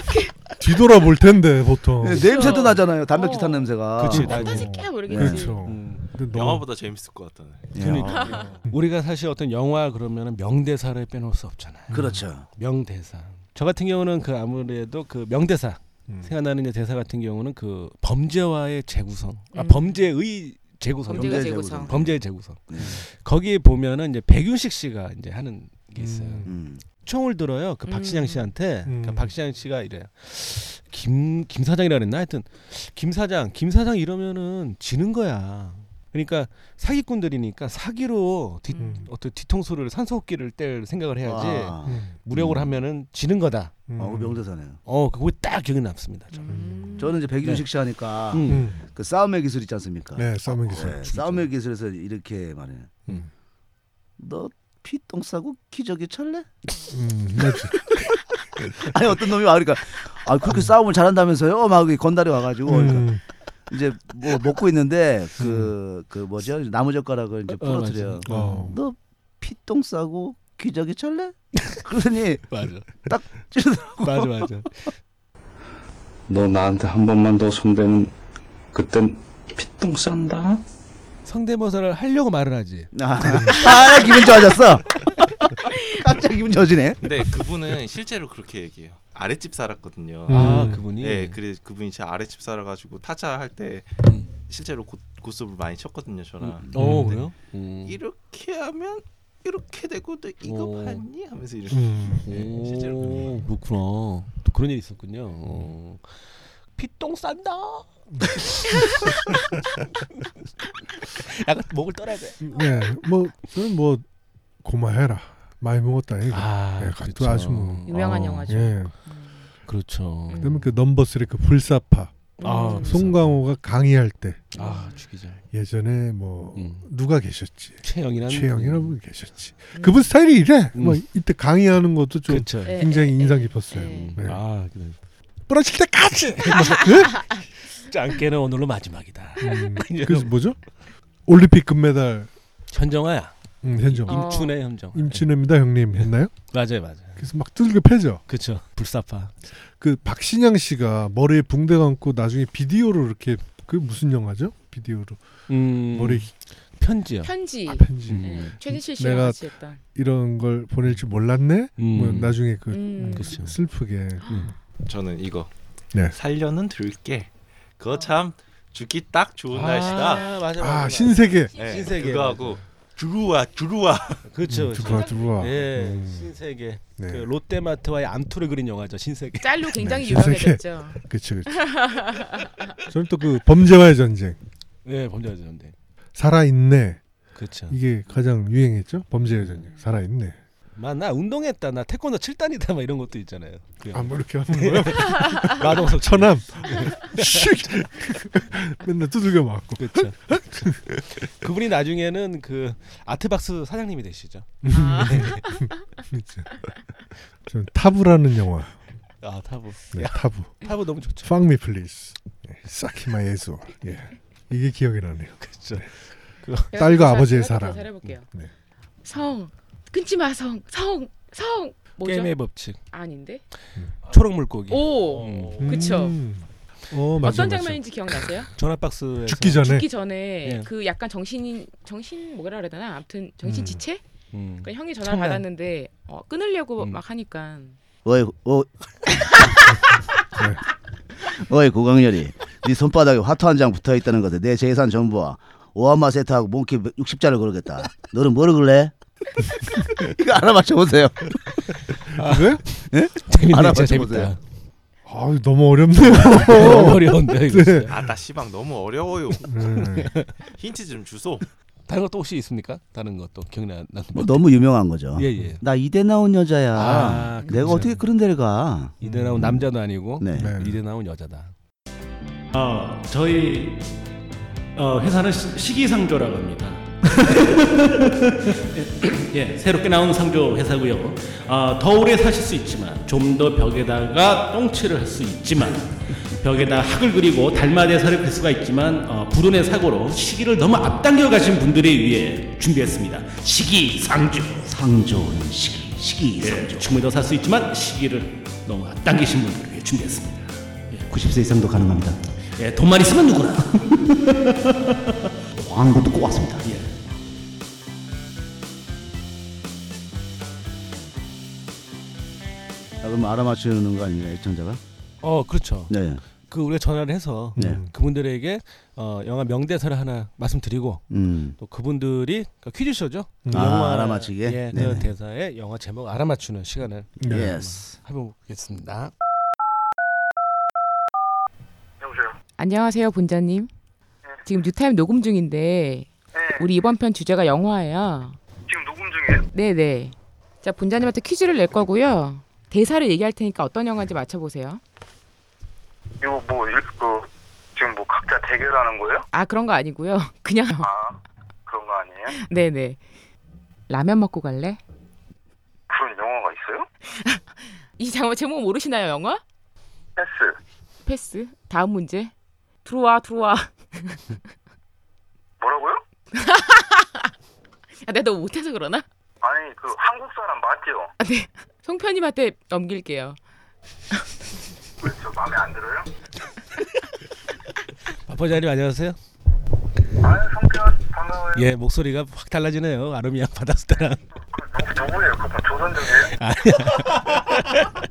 Speaker 1: 뒤돌아볼 텐데 보통.
Speaker 4: 네, 냄새도 나잖아요. 단백질
Speaker 5: 어.
Speaker 4: 탄 냄새가.
Speaker 2: 그렇죠.
Speaker 4: 네.
Speaker 2: 그치,
Speaker 1: 어.
Speaker 2: 나지.
Speaker 5: 어떤 새끼야 모르겠지.
Speaker 1: 그렇죠.
Speaker 2: 음.
Speaker 1: 근데 너무-
Speaker 3: 영화보다 재밌을 것 같다네.
Speaker 4: 예.
Speaker 2: 그러니까. 우리가 사실 어떤 영화 그러면 명대사를 빼놓을 수 없잖아요.
Speaker 4: 그렇죠.
Speaker 2: 명대사. 저 같은 경우는 그 아무래도 그 명대사
Speaker 1: 음.
Speaker 2: 생각나는 이제 대사 같은 경우는 그 범죄와의 재구성, 아,
Speaker 5: 음.
Speaker 2: 범죄의 재구성,
Speaker 5: 범죄가
Speaker 4: 범죄
Speaker 5: 재구성.
Speaker 2: 범죄의 재구성.
Speaker 4: 네.
Speaker 2: 거기에 보면은 이제 백윤식 씨가 이제 하는 게 있어요.
Speaker 1: 음.
Speaker 4: 음.
Speaker 2: 총을 들어요. 그
Speaker 5: 음.
Speaker 2: 박신양 씨한테
Speaker 1: 음.
Speaker 2: 그 박신양 씨가 이래요. 김, 김 사장이라 그랬나? 하여튼 김 사장, 김 사장 이러면은 지는 거야. 그러니까 사기꾼들이니까 사기로 뒤,
Speaker 1: 음.
Speaker 2: 어떤 뒤통수를 산소호흡기를 뗄 생각을 해야지
Speaker 4: 아,
Speaker 1: 음.
Speaker 2: 무력으로
Speaker 4: 음.
Speaker 2: 하면은 지는 거다.
Speaker 1: 음.
Speaker 4: 어, 명대사네요.
Speaker 2: 어, 그거 딱 기억이 남습니다. 저는.
Speaker 5: 음.
Speaker 4: 저는 이제 백윤식 씨 하니까
Speaker 2: 음.
Speaker 1: 음.
Speaker 4: 그 싸움의 기술 있지 않습니까?
Speaker 1: 네, 싸움의 기술.
Speaker 4: 네, 싸움의 기술에서 이렇게 말해요.
Speaker 1: 음.
Speaker 4: 너 피똥 싸고 기저귀 철래?
Speaker 1: 음, 맞아.
Speaker 4: 아니 어떤 놈이 와 그러니까 아 그렇게 싸움을 잘한다면서요? 막 이렇게 건달이 와가지고 그러니까
Speaker 1: 음.
Speaker 4: 이제 뭐 먹고 있는데 그 그 뭐죠 나무 젓가락을 이제
Speaker 2: 음. 어, 맞아.
Speaker 4: 부러뜨려.
Speaker 1: 어.
Speaker 4: 너 피똥 싸고 기저귀 철래? 그러니
Speaker 2: 맞아.
Speaker 4: 딱
Speaker 2: 맞아, 맞아.
Speaker 6: 너 나한테 한 번만 더 손대면 그땐 피똥 싼다.
Speaker 2: 성대모사를 하려고 말을 하지.
Speaker 4: 아,
Speaker 2: 음.
Speaker 4: 아 기분 좋아졌어. 깜짝 기분 좋아지네.
Speaker 3: 근데 그분은 실제로 그렇게 얘기해요. 아랫집 살았거든요.
Speaker 2: 아,
Speaker 1: 음.
Speaker 2: 그분이.
Speaker 3: 네, 그래 그분이 제 아랫집 살아가지고 타자 할 때 실제로 고, 고스톱을 많이 쳤거든요, 저랑.
Speaker 2: 음. 어, 그래요? 음.
Speaker 3: 이렇게 하면 이렇게 되고 너 이거
Speaker 2: 오.
Speaker 3: 봤니? 하면서 이렇게
Speaker 1: 음.
Speaker 3: 예, 실제로 그런
Speaker 2: 오, 그렇구나. 또 그런 일이 있었군요. 어. 피똥 싼다. 약간 목을 떨어야 돼.
Speaker 1: 네, 뭐 그건 뭐 고마해라. 많이 먹었다 이거.
Speaker 2: 아,
Speaker 1: 예, 그것도 아주 뭐.
Speaker 5: 유명한
Speaker 2: 어,
Speaker 5: 영화죠.
Speaker 1: 예.
Speaker 2: 그렇죠.
Speaker 1: 그다음에 그 넘버 3그 불사파.
Speaker 5: 음.
Speaker 2: 아,
Speaker 1: 송강호가 강의할 때
Speaker 2: 아, 죽이자.
Speaker 1: 예전에 뭐
Speaker 2: 음.
Speaker 1: 누가 계셨지?
Speaker 2: 최영이라는
Speaker 1: 최영이라는 분 계셨지. 그분 스타일이 이래.
Speaker 2: 음.
Speaker 1: 뭐 이때 강의하는 것도 좀
Speaker 2: 그렇죠.
Speaker 5: 네.
Speaker 1: 굉장히
Speaker 5: 에, 에,
Speaker 1: 인상
Speaker 5: 에,
Speaker 1: 깊었어요.
Speaker 5: 에.
Speaker 1: 네.
Speaker 2: 아, 그래.
Speaker 1: 부러질 때까지.
Speaker 2: 뭐, 그? 짱깨는 오늘로 마지막이다.
Speaker 1: 음, 그래서 뭐죠? 올림픽 금메달
Speaker 2: 현정아야.
Speaker 1: 음, 현정
Speaker 5: 어.
Speaker 2: 임춘의 현정.
Speaker 1: 임친입니다 형님 했나요?
Speaker 2: 맞아요, 맞아요.
Speaker 1: 그래서 막 두들겨 패죠.
Speaker 2: 그렇죠. 불사파.
Speaker 1: 그 박신양 씨가 머리에 붕대 감고 나중에 비디오로 이렇게 그 무슨 영화죠? 비디오로
Speaker 2: 음.
Speaker 1: 머리
Speaker 2: 편지요.
Speaker 5: 편지.
Speaker 1: 아, 편지
Speaker 2: 음.
Speaker 5: 예, 최진실 씨랑
Speaker 1: 내가-
Speaker 5: 같이 했던.
Speaker 1: 이런 걸 보낼 줄 몰랐네. 뭐
Speaker 2: 음.
Speaker 1: 나중에 그
Speaker 5: 음.
Speaker 2: 그쵸.
Speaker 1: 슬프게
Speaker 2: 음.
Speaker 3: 저는 이거
Speaker 1: 네.
Speaker 3: 살려는 들게. 그거 참 죽기 딱 좋은 날씨다.
Speaker 2: 아, 맞아, 맞아.
Speaker 1: 아 신세계
Speaker 3: 네,
Speaker 2: 신세계.
Speaker 3: 그거 하고 주루와 주루와.
Speaker 2: 그렇죠.
Speaker 1: 들어와 들어와
Speaker 2: 예,
Speaker 1: 음,
Speaker 2: 신세계.
Speaker 1: 네.
Speaker 2: 그 롯데마트와의 암투를 그린 영화죠, 신세계.
Speaker 5: 짤로 굉장히
Speaker 1: 네, 신세계.
Speaker 5: 유명해졌죠.
Speaker 1: 그치 그치 저는 또 그 범죄와의 전쟁
Speaker 2: 네, 범죄자 전데.
Speaker 1: 살아있네
Speaker 2: 그렇죠.
Speaker 1: 이게 가장 유행했죠.
Speaker 2: 음.
Speaker 1: 범죄의 전쟁 살아있네.
Speaker 2: 막나 운동했다, 나 태권도 7단이다 막 이런 것도 있잖아요. 그
Speaker 1: 아무 뭐 이렇게 하는 거야.
Speaker 2: 마동석 씨.
Speaker 1: 천함.
Speaker 2: 예.
Speaker 1: 슉. 맨날 두들겨 맞고.
Speaker 2: 그렇죠. 그분이 나중에는 그 아트박스 사장님이 되시죠.
Speaker 5: 아,
Speaker 1: 진짜. 전 타부라는 영화.
Speaker 2: 아 타브.
Speaker 1: 네,
Speaker 2: 야,
Speaker 1: 타부.
Speaker 2: 타브 너무 좋죠.
Speaker 1: Fuck me please. 예, 사키마 예수. 예. 이게 기억이 나네요.
Speaker 2: 그렇죠.
Speaker 1: 딸과 아버지의
Speaker 5: 제가
Speaker 1: 사랑.
Speaker 5: 더 잘해볼게요.
Speaker 1: 네.
Speaker 5: 성 끊지 마 성. 성. 성. 뭐죠?
Speaker 2: 게임의 법칙.
Speaker 5: 아닌데?
Speaker 2: 초록 물고기.
Speaker 5: 오.
Speaker 2: 음.
Speaker 5: 그쵸.
Speaker 1: 음. 어, 맞아, 네.
Speaker 5: 어떤
Speaker 1: 맞아.
Speaker 5: 장면인지 기억나세요?
Speaker 2: 전화박스에서
Speaker 1: 죽기 전에
Speaker 5: 죽기 전에
Speaker 2: 예.
Speaker 5: 그 약간 정신 정신 뭐라 그래야 되나? 아무튼
Speaker 2: 음.
Speaker 5: 정신 지체?
Speaker 2: 음.
Speaker 5: 그러니까 형이 전화를
Speaker 2: 청량.
Speaker 5: 받았는데 어, 끊으려고
Speaker 2: 음.
Speaker 5: 막 하니까
Speaker 4: 어이, 어. 어이 고강렬이, 네 손바닥에 화투 한 장 붙어 있다는 것에 내 재산 전부와 오하마 세트하고 몽키 60자를 걸겠다. 너는 뭐를 걸래? 이거 알아맞혀 보세요.
Speaker 1: 왜?
Speaker 2: 재밌네,
Speaker 4: 알아봤죠,
Speaker 2: 진짜 재밌다.
Speaker 1: 아, 너무 어렵네요.
Speaker 2: 너무 어려운데. 이거.
Speaker 1: 네.
Speaker 3: 아나 시방 너무 어려워요.
Speaker 1: 네.
Speaker 3: 힌트 좀 주소.
Speaker 2: 다른 것도 혹시 있습니까? 다른 것도 기억나는
Speaker 4: 뭐 너무 음. 유명한 거죠.
Speaker 2: 예, 예.
Speaker 4: 나 이대 나온 여자야.
Speaker 2: 아,
Speaker 4: 내가
Speaker 2: 그렇죠.
Speaker 4: 어떻게 그런 데를 가?
Speaker 2: 이대 나온 남자도 아니고
Speaker 4: 네.
Speaker 1: 네.
Speaker 2: 이대 나온 여자다.
Speaker 7: 어, 저희 어, 회사는 시- 시기상조라고 합니다. 예, 새롭게 나온 상조 회사고요. 어, 더 오래 사실 수 있지만 좀 더 벽에다가 똥칠을 할 수 있지만 벽에다 학을 그리고 달마대사를 할 수가 있지만 어, 불운의 사고로 시기를 너무 앞당겨 가신 분들에 의해 준비했습니다. 시기상조.
Speaker 4: 상조는 시기, 시기
Speaker 7: 예, 충분히 더 살 수 있지만 시기를 너무 앞당기신 분들을 위해 준비했습니다.
Speaker 4: 예. 90세 이상도 가능합니다.
Speaker 7: 예, 돈만 있으면 누구나.
Speaker 4: 광고 도꼭 왔습니다.
Speaker 7: 예.
Speaker 4: 아, 그럼 알아맞추는 거 아닌가 애청자가?
Speaker 2: 어, 그렇죠.
Speaker 4: 네.
Speaker 2: 그 우리가 전화를 해서 음,
Speaker 4: 네.
Speaker 2: 그분들에게 어, 영화 명대사를 하나 말씀드리고
Speaker 4: 음.
Speaker 2: 또 그분들이 그러니까 퀴즈쇼죠.
Speaker 4: 아, 알아맞히게?
Speaker 2: 예, 그
Speaker 4: 네네.
Speaker 2: 대사의 영화 제목 알아맞추는 시간을
Speaker 1: 네.
Speaker 4: 예스.
Speaker 2: 해보겠습니다.
Speaker 5: 안녕하세요 본자님. 지금 뉴타임 녹음 중인데 우리 이번 편 주제가 영화예요.
Speaker 8: 네. 지금 녹음 중이에요.
Speaker 5: 네네. 자 본자님한테 퀴즈를 낼 거고요. 대사를 얘기할 테니까 어떤 영화인지 맞춰보세요.
Speaker 8: 이거 뭐, 일- 그, 지금 뭐 각자 대결하는 거예요?
Speaker 5: 아 그런 거 아니고요. 그냥
Speaker 8: 아, 그런 거 아니에요?
Speaker 5: 네네. 라면 먹고 갈래?
Speaker 8: 그런 영화가 있어요?
Speaker 5: 이 장면 제목 모르시나요 영화?
Speaker 8: 패스.
Speaker 5: 패스. 다음 문제. 들어와 들어와.
Speaker 8: 뭐라고요?
Speaker 5: 아, 내가 너무 못해서 그러나?
Speaker 8: 아니, 그 한국 사람 맞죠?
Speaker 5: 아, 네. 송편님한테 넘길게요.
Speaker 8: 왜 저 마음에 안 들어요?
Speaker 2: 아빠자님 안녕하세요.
Speaker 8: 아유, 성편, 반가워요.
Speaker 2: 예, 목소리가 확 달라지네요. 아름이랑 받았을 때랑.
Speaker 8: 누, 누구예요? 그분 조선족이에요?
Speaker 2: 아니야.
Speaker 8: 한국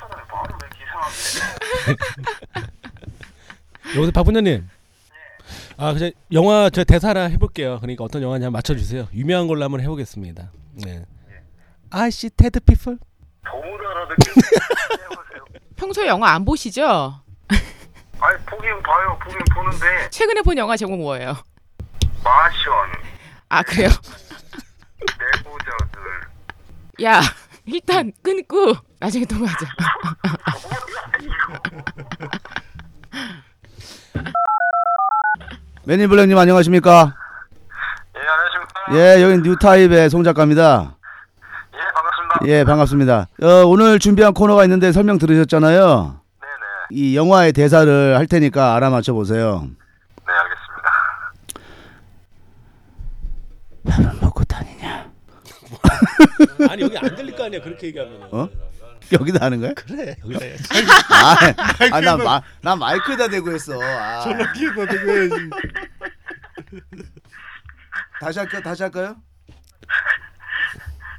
Speaker 8: 사람이 마음을 왜 이렇게 이상하게.
Speaker 2: 여기서 박분장님. 아, 그제 영화 저 대사 하나 해볼게요. 그러니까 어떤 영화인지 한번 맞춰주세요. 유명한 걸로 한번 해보겠습니다. 네. I see dead people.
Speaker 8: 더못 알아듣게 해보세요.
Speaker 5: 평소에 영화 안 보시죠?
Speaker 8: 아니, 보긴 봐요. 보긴 보는데,
Speaker 5: 최근에 본 영화 제목 뭐예요?
Speaker 8: 마션,
Speaker 5: 아 그래요?
Speaker 8: 내부자들.
Speaker 5: 야 일단 끊고 나중에 통화하자.
Speaker 4: 매니블랙님 안녕하십니까?
Speaker 8: 예, 안녕하십니까.
Speaker 4: 예, 여기 뉴타입의 송 작가입니다.
Speaker 8: 예, 반갑습니다.
Speaker 4: 예, 반갑습니다. 어, 오늘 준비한 코너가 있는데 설명 들으셨잖아요.
Speaker 8: 네네.
Speaker 4: 이 영화의 대사를 할 테니까 알아맞혀 보세요.
Speaker 8: 네, 알겠습니다.
Speaker 4: 밥은 먹고 다니냐?
Speaker 2: 아니 여기 안 들릴 거 아니야 그렇게 얘기하면.
Speaker 4: 어? 여기다 하는 거야?
Speaker 2: 그래. 여기다 해야지.
Speaker 4: 아, 아, 나, 마, 나 마이크에다 대고 했어. 아.
Speaker 1: 기억나 되게
Speaker 4: 다시 할까? 다시 할까요?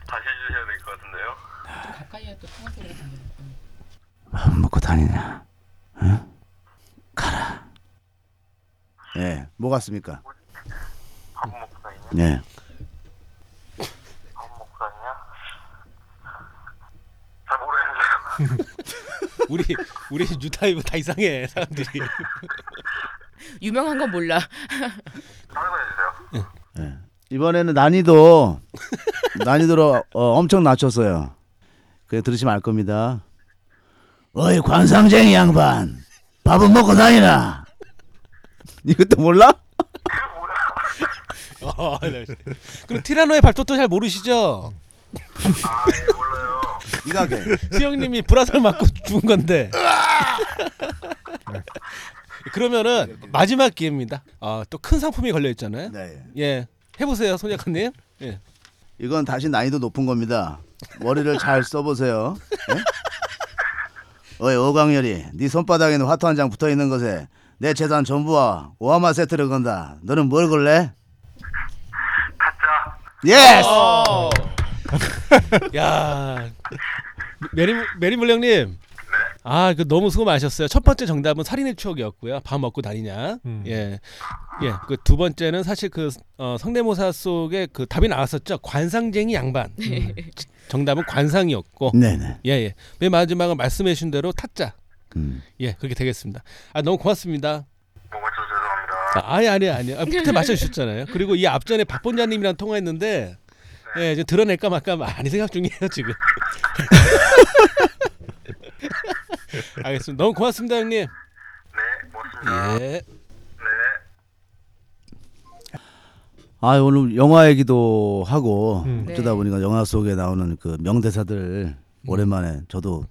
Speaker 8: 다시 해주셔야 될 것 같은데요.
Speaker 4: 밥 먹고 다니냐? 응? 가라. 예, 뭐 같습니까?
Speaker 8: 밥 먹고 다니냐?
Speaker 4: 예.
Speaker 8: 밥 먹고 다니냐? 잘 모르겠는데요.
Speaker 2: 우리 우리 유타이브 다 이상해 사람들이.
Speaker 5: 유명한 건 몰라. 아,
Speaker 8: 설명해 주세요.
Speaker 4: 예. 이번에는 난이도 난이도로 어, 엄청 낮췄어요. 그래 들으시면 알 겁니다. 어이 관상쟁이 양반, 밥은 먹고 다니나? 이것도 몰라?
Speaker 2: 어, 네. 그럼 티라노의 발톱도 잘 모르시죠?
Speaker 4: 이 가게.
Speaker 2: 수영님이 불화살 맞고 죽은 건데. 그러면은 마지막 기회입니다. 아, 또 큰 상품이 걸려 있잖아요.
Speaker 4: 네.
Speaker 2: 예, 해보세요, 손 작가님. 예.
Speaker 4: 이건 다시 난이도 높은 겁니다. 머리를 잘 써보세요. 예? 어이 오광열이, 네 손바닥에는 화투 한 장 붙어 있는 것에 내 재산 전부와 오하마 세트를 건다. 너는 뭘 걸래?
Speaker 8: 타짜
Speaker 4: 예스.
Speaker 2: 야, 메리 메리 물량님. 아, 그 너무 수고 많으셨어요. 첫 번째 정답은 살인의 추억이었고요. 밥 먹고 다니냐.
Speaker 1: 음.
Speaker 2: 예, 예. 그 두 번째는 사실 그 어, 성대모사 속에 그 답이 나왔었죠. 관상쟁이 양반. 음. 정답은 관상이었고.
Speaker 4: 네네.
Speaker 2: 예, 예. 맨 마지막은 말씀해 주신 대로 타짜.
Speaker 4: 음.
Speaker 2: 예, 그렇게 되겠습니다. 아, 너무 고맙습니다.
Speaker 8: 뭐 맞춰서 죄송합니다.
Speaker 2: 아니, 아니, 아니. 아, 끝에 맞춰 주셨잖아요. 그리고 이 앞전에 박 본자님이랑 통화했는데 예, 이제 드러낼까 말까 많이 생각 중이에요, 지금. 알겠습니다. 너무 고맙습니다, 형님.
Speaker 8: 네, 고맙습니다.
Speaker 2: 예.
Speaker 8: 네.
Speaker 4: 아 오늘 영화 얘기도 하고
Speaker 1: 음.
Speaker 4: 어쩌다
Speaker 5: 네.
Speaker 4: 보니까 영화 속에 나오는 그 명대사들 오랜만에 저도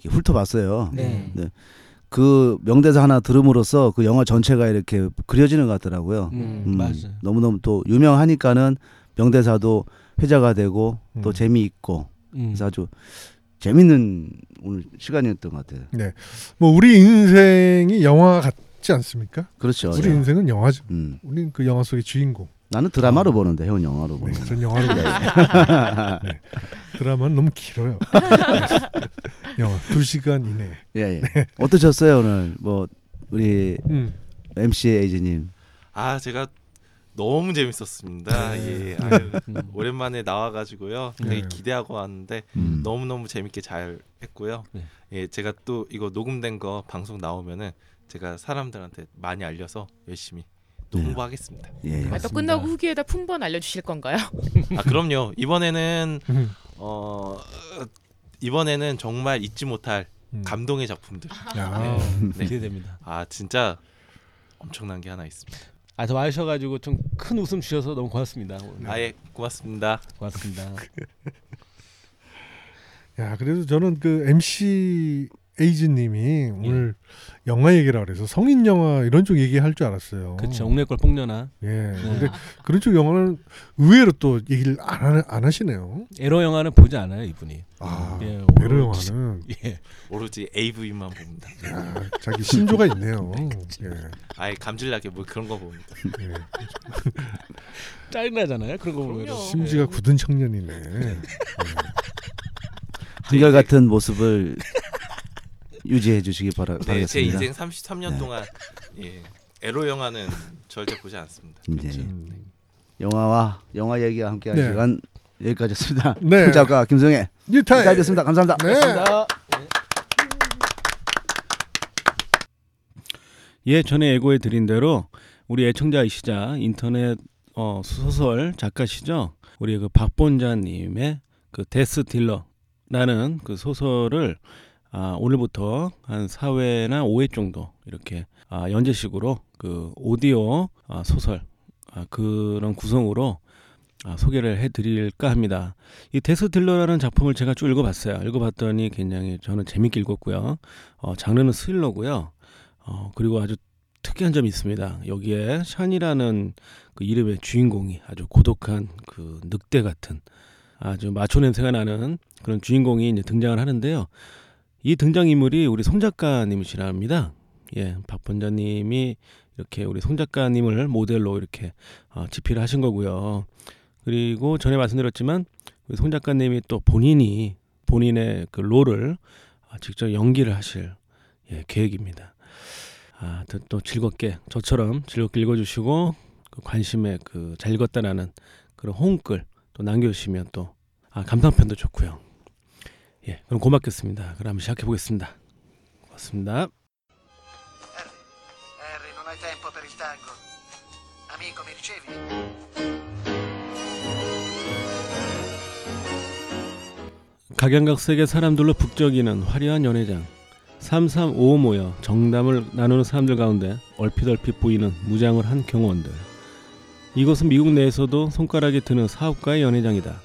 Speaker 4: 이렇게 훑어봤어요.
Speaker 2: 음. 네.
Speaker 4: 네. 그 명대사 하나 들음으로써 그 영화 전체가 이렇게 그려지는 것 같더라고요.
Speaker 2: 음,
Speaker 4: 음,
Speaker 2: 맞아요.
Speaker 4: 너무너무 또 유명하니까는 명대사도 회자가 되고 또
Speaker 1: 음.
Speaker 4: 재미있고
Speaker 2: 음.
Speaker 4: 그래서 아주 재밌는 오늘 시간이었던 것 같아요.
Speaker 1: 뭐 우리 인생이 영화 같지 않습니까?
Speaker 4: 그렇죠.
Speaker 1: 우리 인생은 영화죠.
Speaker 4: 음.
Speaker 1: 우린 그 영화 속의 주인공.
Speaker 4: 나는 드라마로 보는데 형은 영화로
Speaker 1: 네,
Speaker 4: 보는.
Speaker 1: 전 영화로 봐요. 네. 드라마는 너무 길어요. 영화 두 시간 이내.
Speaker 2: 네.
Speaker 4: 예, 예. 어떠셨어요 오늘 뭐 우리
Speaker 1: 음.
Speaker 4: MC 에이지님?
Speaker 3: 아 제가 너무 재밌었습니다. 예, 아유, 오랜만에 나와가지고요. 되게
Speaker 1: 네.
Speaker 3: 기대하고 왔는데
Speaker 4: 음.
Speaker 3: 너무 너무 재밌게 잘 했고요.
Speaker 2: 네.
Speaker 3: 예, 제가 또 이거 녹음된 거 방송 나오면은 제가 사람들한테 많이 알려서 열심히 또
Speaker 4: 네.
Speaker 3: 홍보하겠습니다.
Speaker 4: 예.
Speaker 5: 아, 또
Speaker 2: 맞습니다.
Speaker 5: 끝나고 후기에다 품번 알려주실 건가요?
Speaker 3: 아 그럼요. 이번에는
Speaker 1: 음.
Speaker 3: 어 이번에는 정말 잊지 못할
Speaker 1: 음.
Speaker 3: 감동의 작품들.
Speaker 1: 야.
Speaker 2: 아,
Speaker 3: 네.
Speaker 2: 기대됩니다.
Speaker 3: 아 진짜 엄청난 게 하나 있습니다.
Speaker 2: 아, 저 와주셔 가지고 좀 큰 웃음 주셔서 너무 고맙습니다.
Speaker 4: 네.
Speaker 2: 오늘.
Speaker 3: 아예 고맙습니다.
Speaker 2: 고맙습니다.
Speaker 1: 야, 그래도 저는 그 MC 에이지님이 오늘 영화 얘기라 그래서 성인 영화 이런 쪽 얘기할 줄 알았어요.
Speaker 2: 그렇죠. 옥내걸 뽕녀나
Speaker 1: 예.
Speaker 4: 네.
Speaker 1: 근데 그런 쪽 영화는 의외로 또 얘기를 안, 하, 안 하시네요.
Speaker 2: 에러 영화는 보지 않아요, 이분이.
Speaker 1: 아,
Speaker 4: 네.
Speaker 2: 예,
Speaker 1: 여러
Speaker 2: 오늘 진-
Speaker 1: 영화는
Speaker 2: 예.
Speaker 3: 오로지 AV만 봅니다.
Speaker 1: 야, 자기 신조가 있네요.
Speaker 4: 그렇죠.
Speaker 1: 예,
Speaker 3: 아예 감질나게 뭐 그런 거 봅니다.
Speaker 1: 예.
Speaker 2: 짜증나잖아요. 그런 거 보면.
Speaker 5: 그럼요.
Speaker 1: 심지가 굳은 청년이네.
Speaker 4: 한결같은 모습을 유지해 주시기 바라,
Speaker 3: 네, 제
Speaker 4: 바라겠습니다.
Speaker 3: 인생 33년
Speaker 4: 네.
Speaker 3: 동안 예, 에로 영화는 절대 보지 않습니다.
Speaker 4: 네.
Speaker 3: 그렇죠.
Speaker 4: 영화와 영화 얘기와 함께한
Speaker 1: 네.
Speaker 4: 시간 여기까지였습니다.
Speaker 1: 네.
Speaker 4: 네. 작가 김성애
Speaker 1: 뉴타임.
Speaker 4: 기자였습니다. 감사합니다.
Speaker 1: 네.
Speaker 7: 예, 전에 예고해 드린 대로 우리 애청자이시자 인터넷 어, 소설 작가시죠. 우리 그 박본자님의 그 데스 딜러라는 그 소설을 아, 오늘부터 한 4회나 5회 정도 이렇게 아, 연재식으로 그 오디오 아, 소설 아, 그런 구성으로 아, 소개를 해드릴까 합니다. 이 데스 딜러라는 작품을 제가 쭉 읽어봤어요. 읽어봤더니 굉장히 저는 재밌게 읽었고요. 어, 장르는 스릴러고요. 어, 그리고 아주 특이한 점이 있습니다. 여기에 샨이라는 그 이름의 주인공이 아주 고독한 그 늑대 같은 아주 마초 냄새가 나는 그런 주인공이 이제 등장을 하는데요. 이 등장 인물이 우리 송 작가님이시랍니다. 예, 박 본자님이 이렇게 우리 송 작가님을 모델로 이렇게 어, 집필을 하신 거고요. 그리고 전에 말씀드렸지만 우리 송 작가님이 또 본인이 본인의 그 롤을 어, 직접 연기를 하실 예, 계획입니다. 아, 또- 또 즐겁게 저처럼 즐겁게 읽어주시고 그 관심에 그 잘 읽었다라는 그런 호응글 또 남겨주시면 또 아, 감상편도 좋고요. 예, 그럼 고맙겠습니다. 그럼 한번 시작해 보겠습니다. 고맙습니다.
Speaker 9: Harry, non hai tempo per il tango. Amico, mi ricevi?
Speaker 2: 각양각색의 사람들로 북적이는 화려한 연회장 335 모여 정담을 나누는 사람들 가운데 얼핏얼핏 보이는 무장을 한 경호원들 이곳은 미국 내에서도 손가락이 드는 사업가의 연회장이다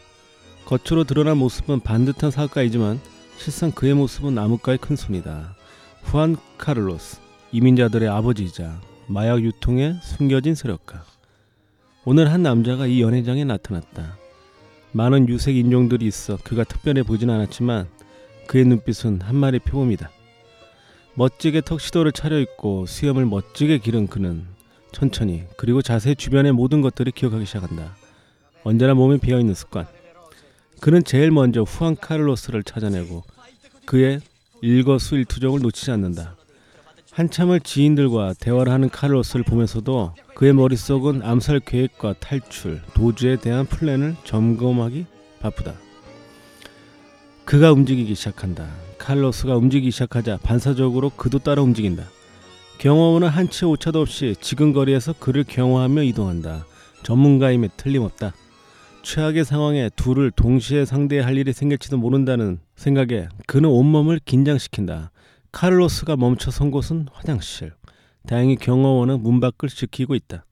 Speaker 2: 겉으로 드러난 모습은 반듯한 사업가이지만 실상 그의 모습은 나무가의 큰 손이다 후안 카를로스 이민자들의 아버지이자 마약 유통의 숨겨진 세력가 오늘 한 남자가 이 연회장에 나타났다 많은 유색 인종들이 있어 그가 특별해 보진 않았지만 그의 눈빛은 한 마리 표범이다. 멋지게 턱시도를 차려입고 수염을 멋지게 기른 그는 천천히 그리고 자세히 주변의 모든 것들을 기억하기 시작한다. 언제나 몸에 비어있는 습관. 그는 제일 먼저 후안 카를로스를 찾아내고 그의 일거수일투족을 놓치지 않는다. 한참을 지인들과 대화를 하는 카를로스를 보면서도 그의 머릿속은 암살 계획과 탈출, 도주에 대한 플랜을 점검하기 바쁘다. 그가 움직이기 시작한다. 카를로스가 움직이기 시작하자 반사적으로 그도 따라 움직인다. 경호원은 한치 오차도 없이 지금 거리에서 그를 경호하며 이동한다. 전문가임에 틀림없다. 최악의 상황에 둘을 동시에 상대할 일이 생길지도 모른다는 생각에 그는 온몸을 긴장시킨다. 카를로스가 멈춰 선 곳은 화장실. 다행히 경호원은 문 밖을 지키고 있다.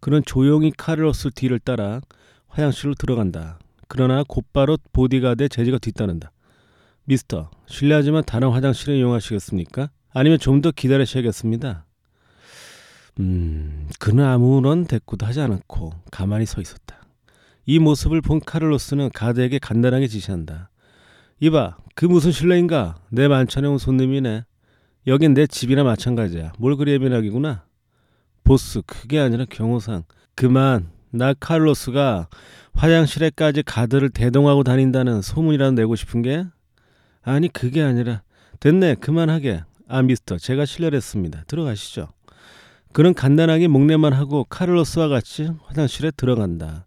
Speaker 2: 그는 조용히 카를로스 뒤를 따라 화장실로 들어간다. 그러나 곧바로 보디가드의 제지가 뒤따른다. 미스터, 실례하지만 다른 화장실을 이용하시겠습니까? 아니면 좀 더 기다리셔야겠습니다. 음, 그는 아무런 대꾸도 하지 않았고 가만히 서 있었다. 이 모습을 본 카를로스는 가드에게 간단하게 지시한다. 이봐, 그 무슨 실례인가? 내 만찬에 온 손님이네. 여긴 내 집이나 마찬가지야. 뭘 그리 예민하기구나. 보스, 그게 아니라 경호상. 그만. 나 칼로스가 화장실에까지 가드를 대동하고 다닌다는 소문이라도 내고 싶은 게? 아니, 그게 아니라. 됐네. 그만하게. 아, 미스터. 제가 실례했습니다. 들어가시죠. 그는 간단하게 목례만 하고 카를로스와 같이 화장실에 들어간다.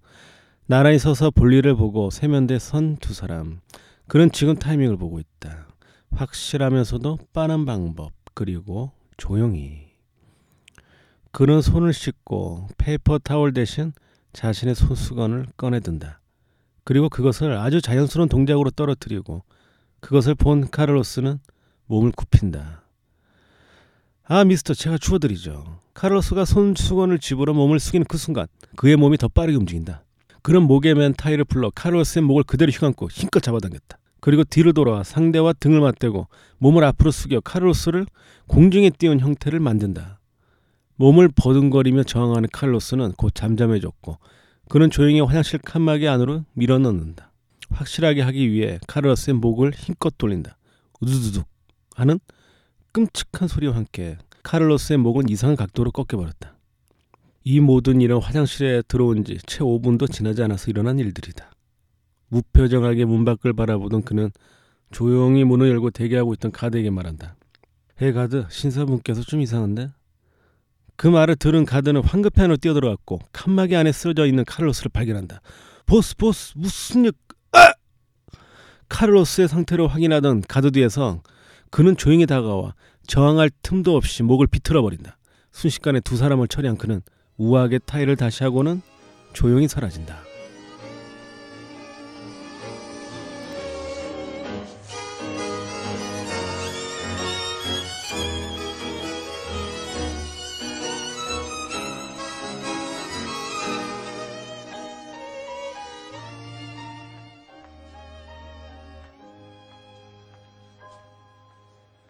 Speaker 2: 나란히 서서 볼일을 보고 세면대에 선 두 사람. 그는 지금 타이밍을 보고 있다. 확실하면서도 빠른 방법 그리고 조용히 그는 손을 씻고 페이퍼 타월 대신 자신의 손수건을 꺼내든다. 그리고 그것을 아주 자연스러운 동작으로 떨어뜨리고 그것을 본 카를로스는 몸을 굽힌다. 아 미스터 제가 주워드리죠. 카를로스가 손수건을 집으로 몸을 숙이는 그 순간 그의 몸이 더 빠르게 움직인다. 그는 목에 맨 타이를 풀러 카를로스의 목을 그대로 휘감고 힘껏 잡아당겼다. 그리고 뒤로 돌아와 상대와 등을 맞대고 몸을 앞으로 숙여 카를로스를 공중에 띄운 형태를 만든다. 몸을 버둥거리며 저항하는 카를로스는 곧 잠잠해졌고 그는 조용히 화장실 칸막이 안으로 밀어넣는다. 확실하게 하기 위해 카를로스의 목을 힘껏 돌린다. 우두두둑 하는 끔찍한 소리와 함께 카를로스의 목은 이상한 각도로 꺾여버렸다. 이 모든 일은 화장실에 들어온 지 채 5분도 지나지 않아서 일어난 일들이다. 무표정하게 문 밖을 바라보던 그는 조용히 문을 열고 대기하고 있던 가드에게 말한다. 헤 가드, 신사분께서 좀 이상한데? 그 말을 들은 가드는 황급히 안으로 뛰어들어갔고 칸막이 안에 쓰러져 있는 카를로스를 발견한다. 보스, 보스, 무슨 일? 아! 카를로스의 상태를 확인하던 가드 뒤에서 그는 조용히 다가와 저항할 틈도 없이 목을 비틀어 버린다. 순식간에 두 사람을 처리한 그는 우아하게 타이를 다시 하고는 조용히 사라진다.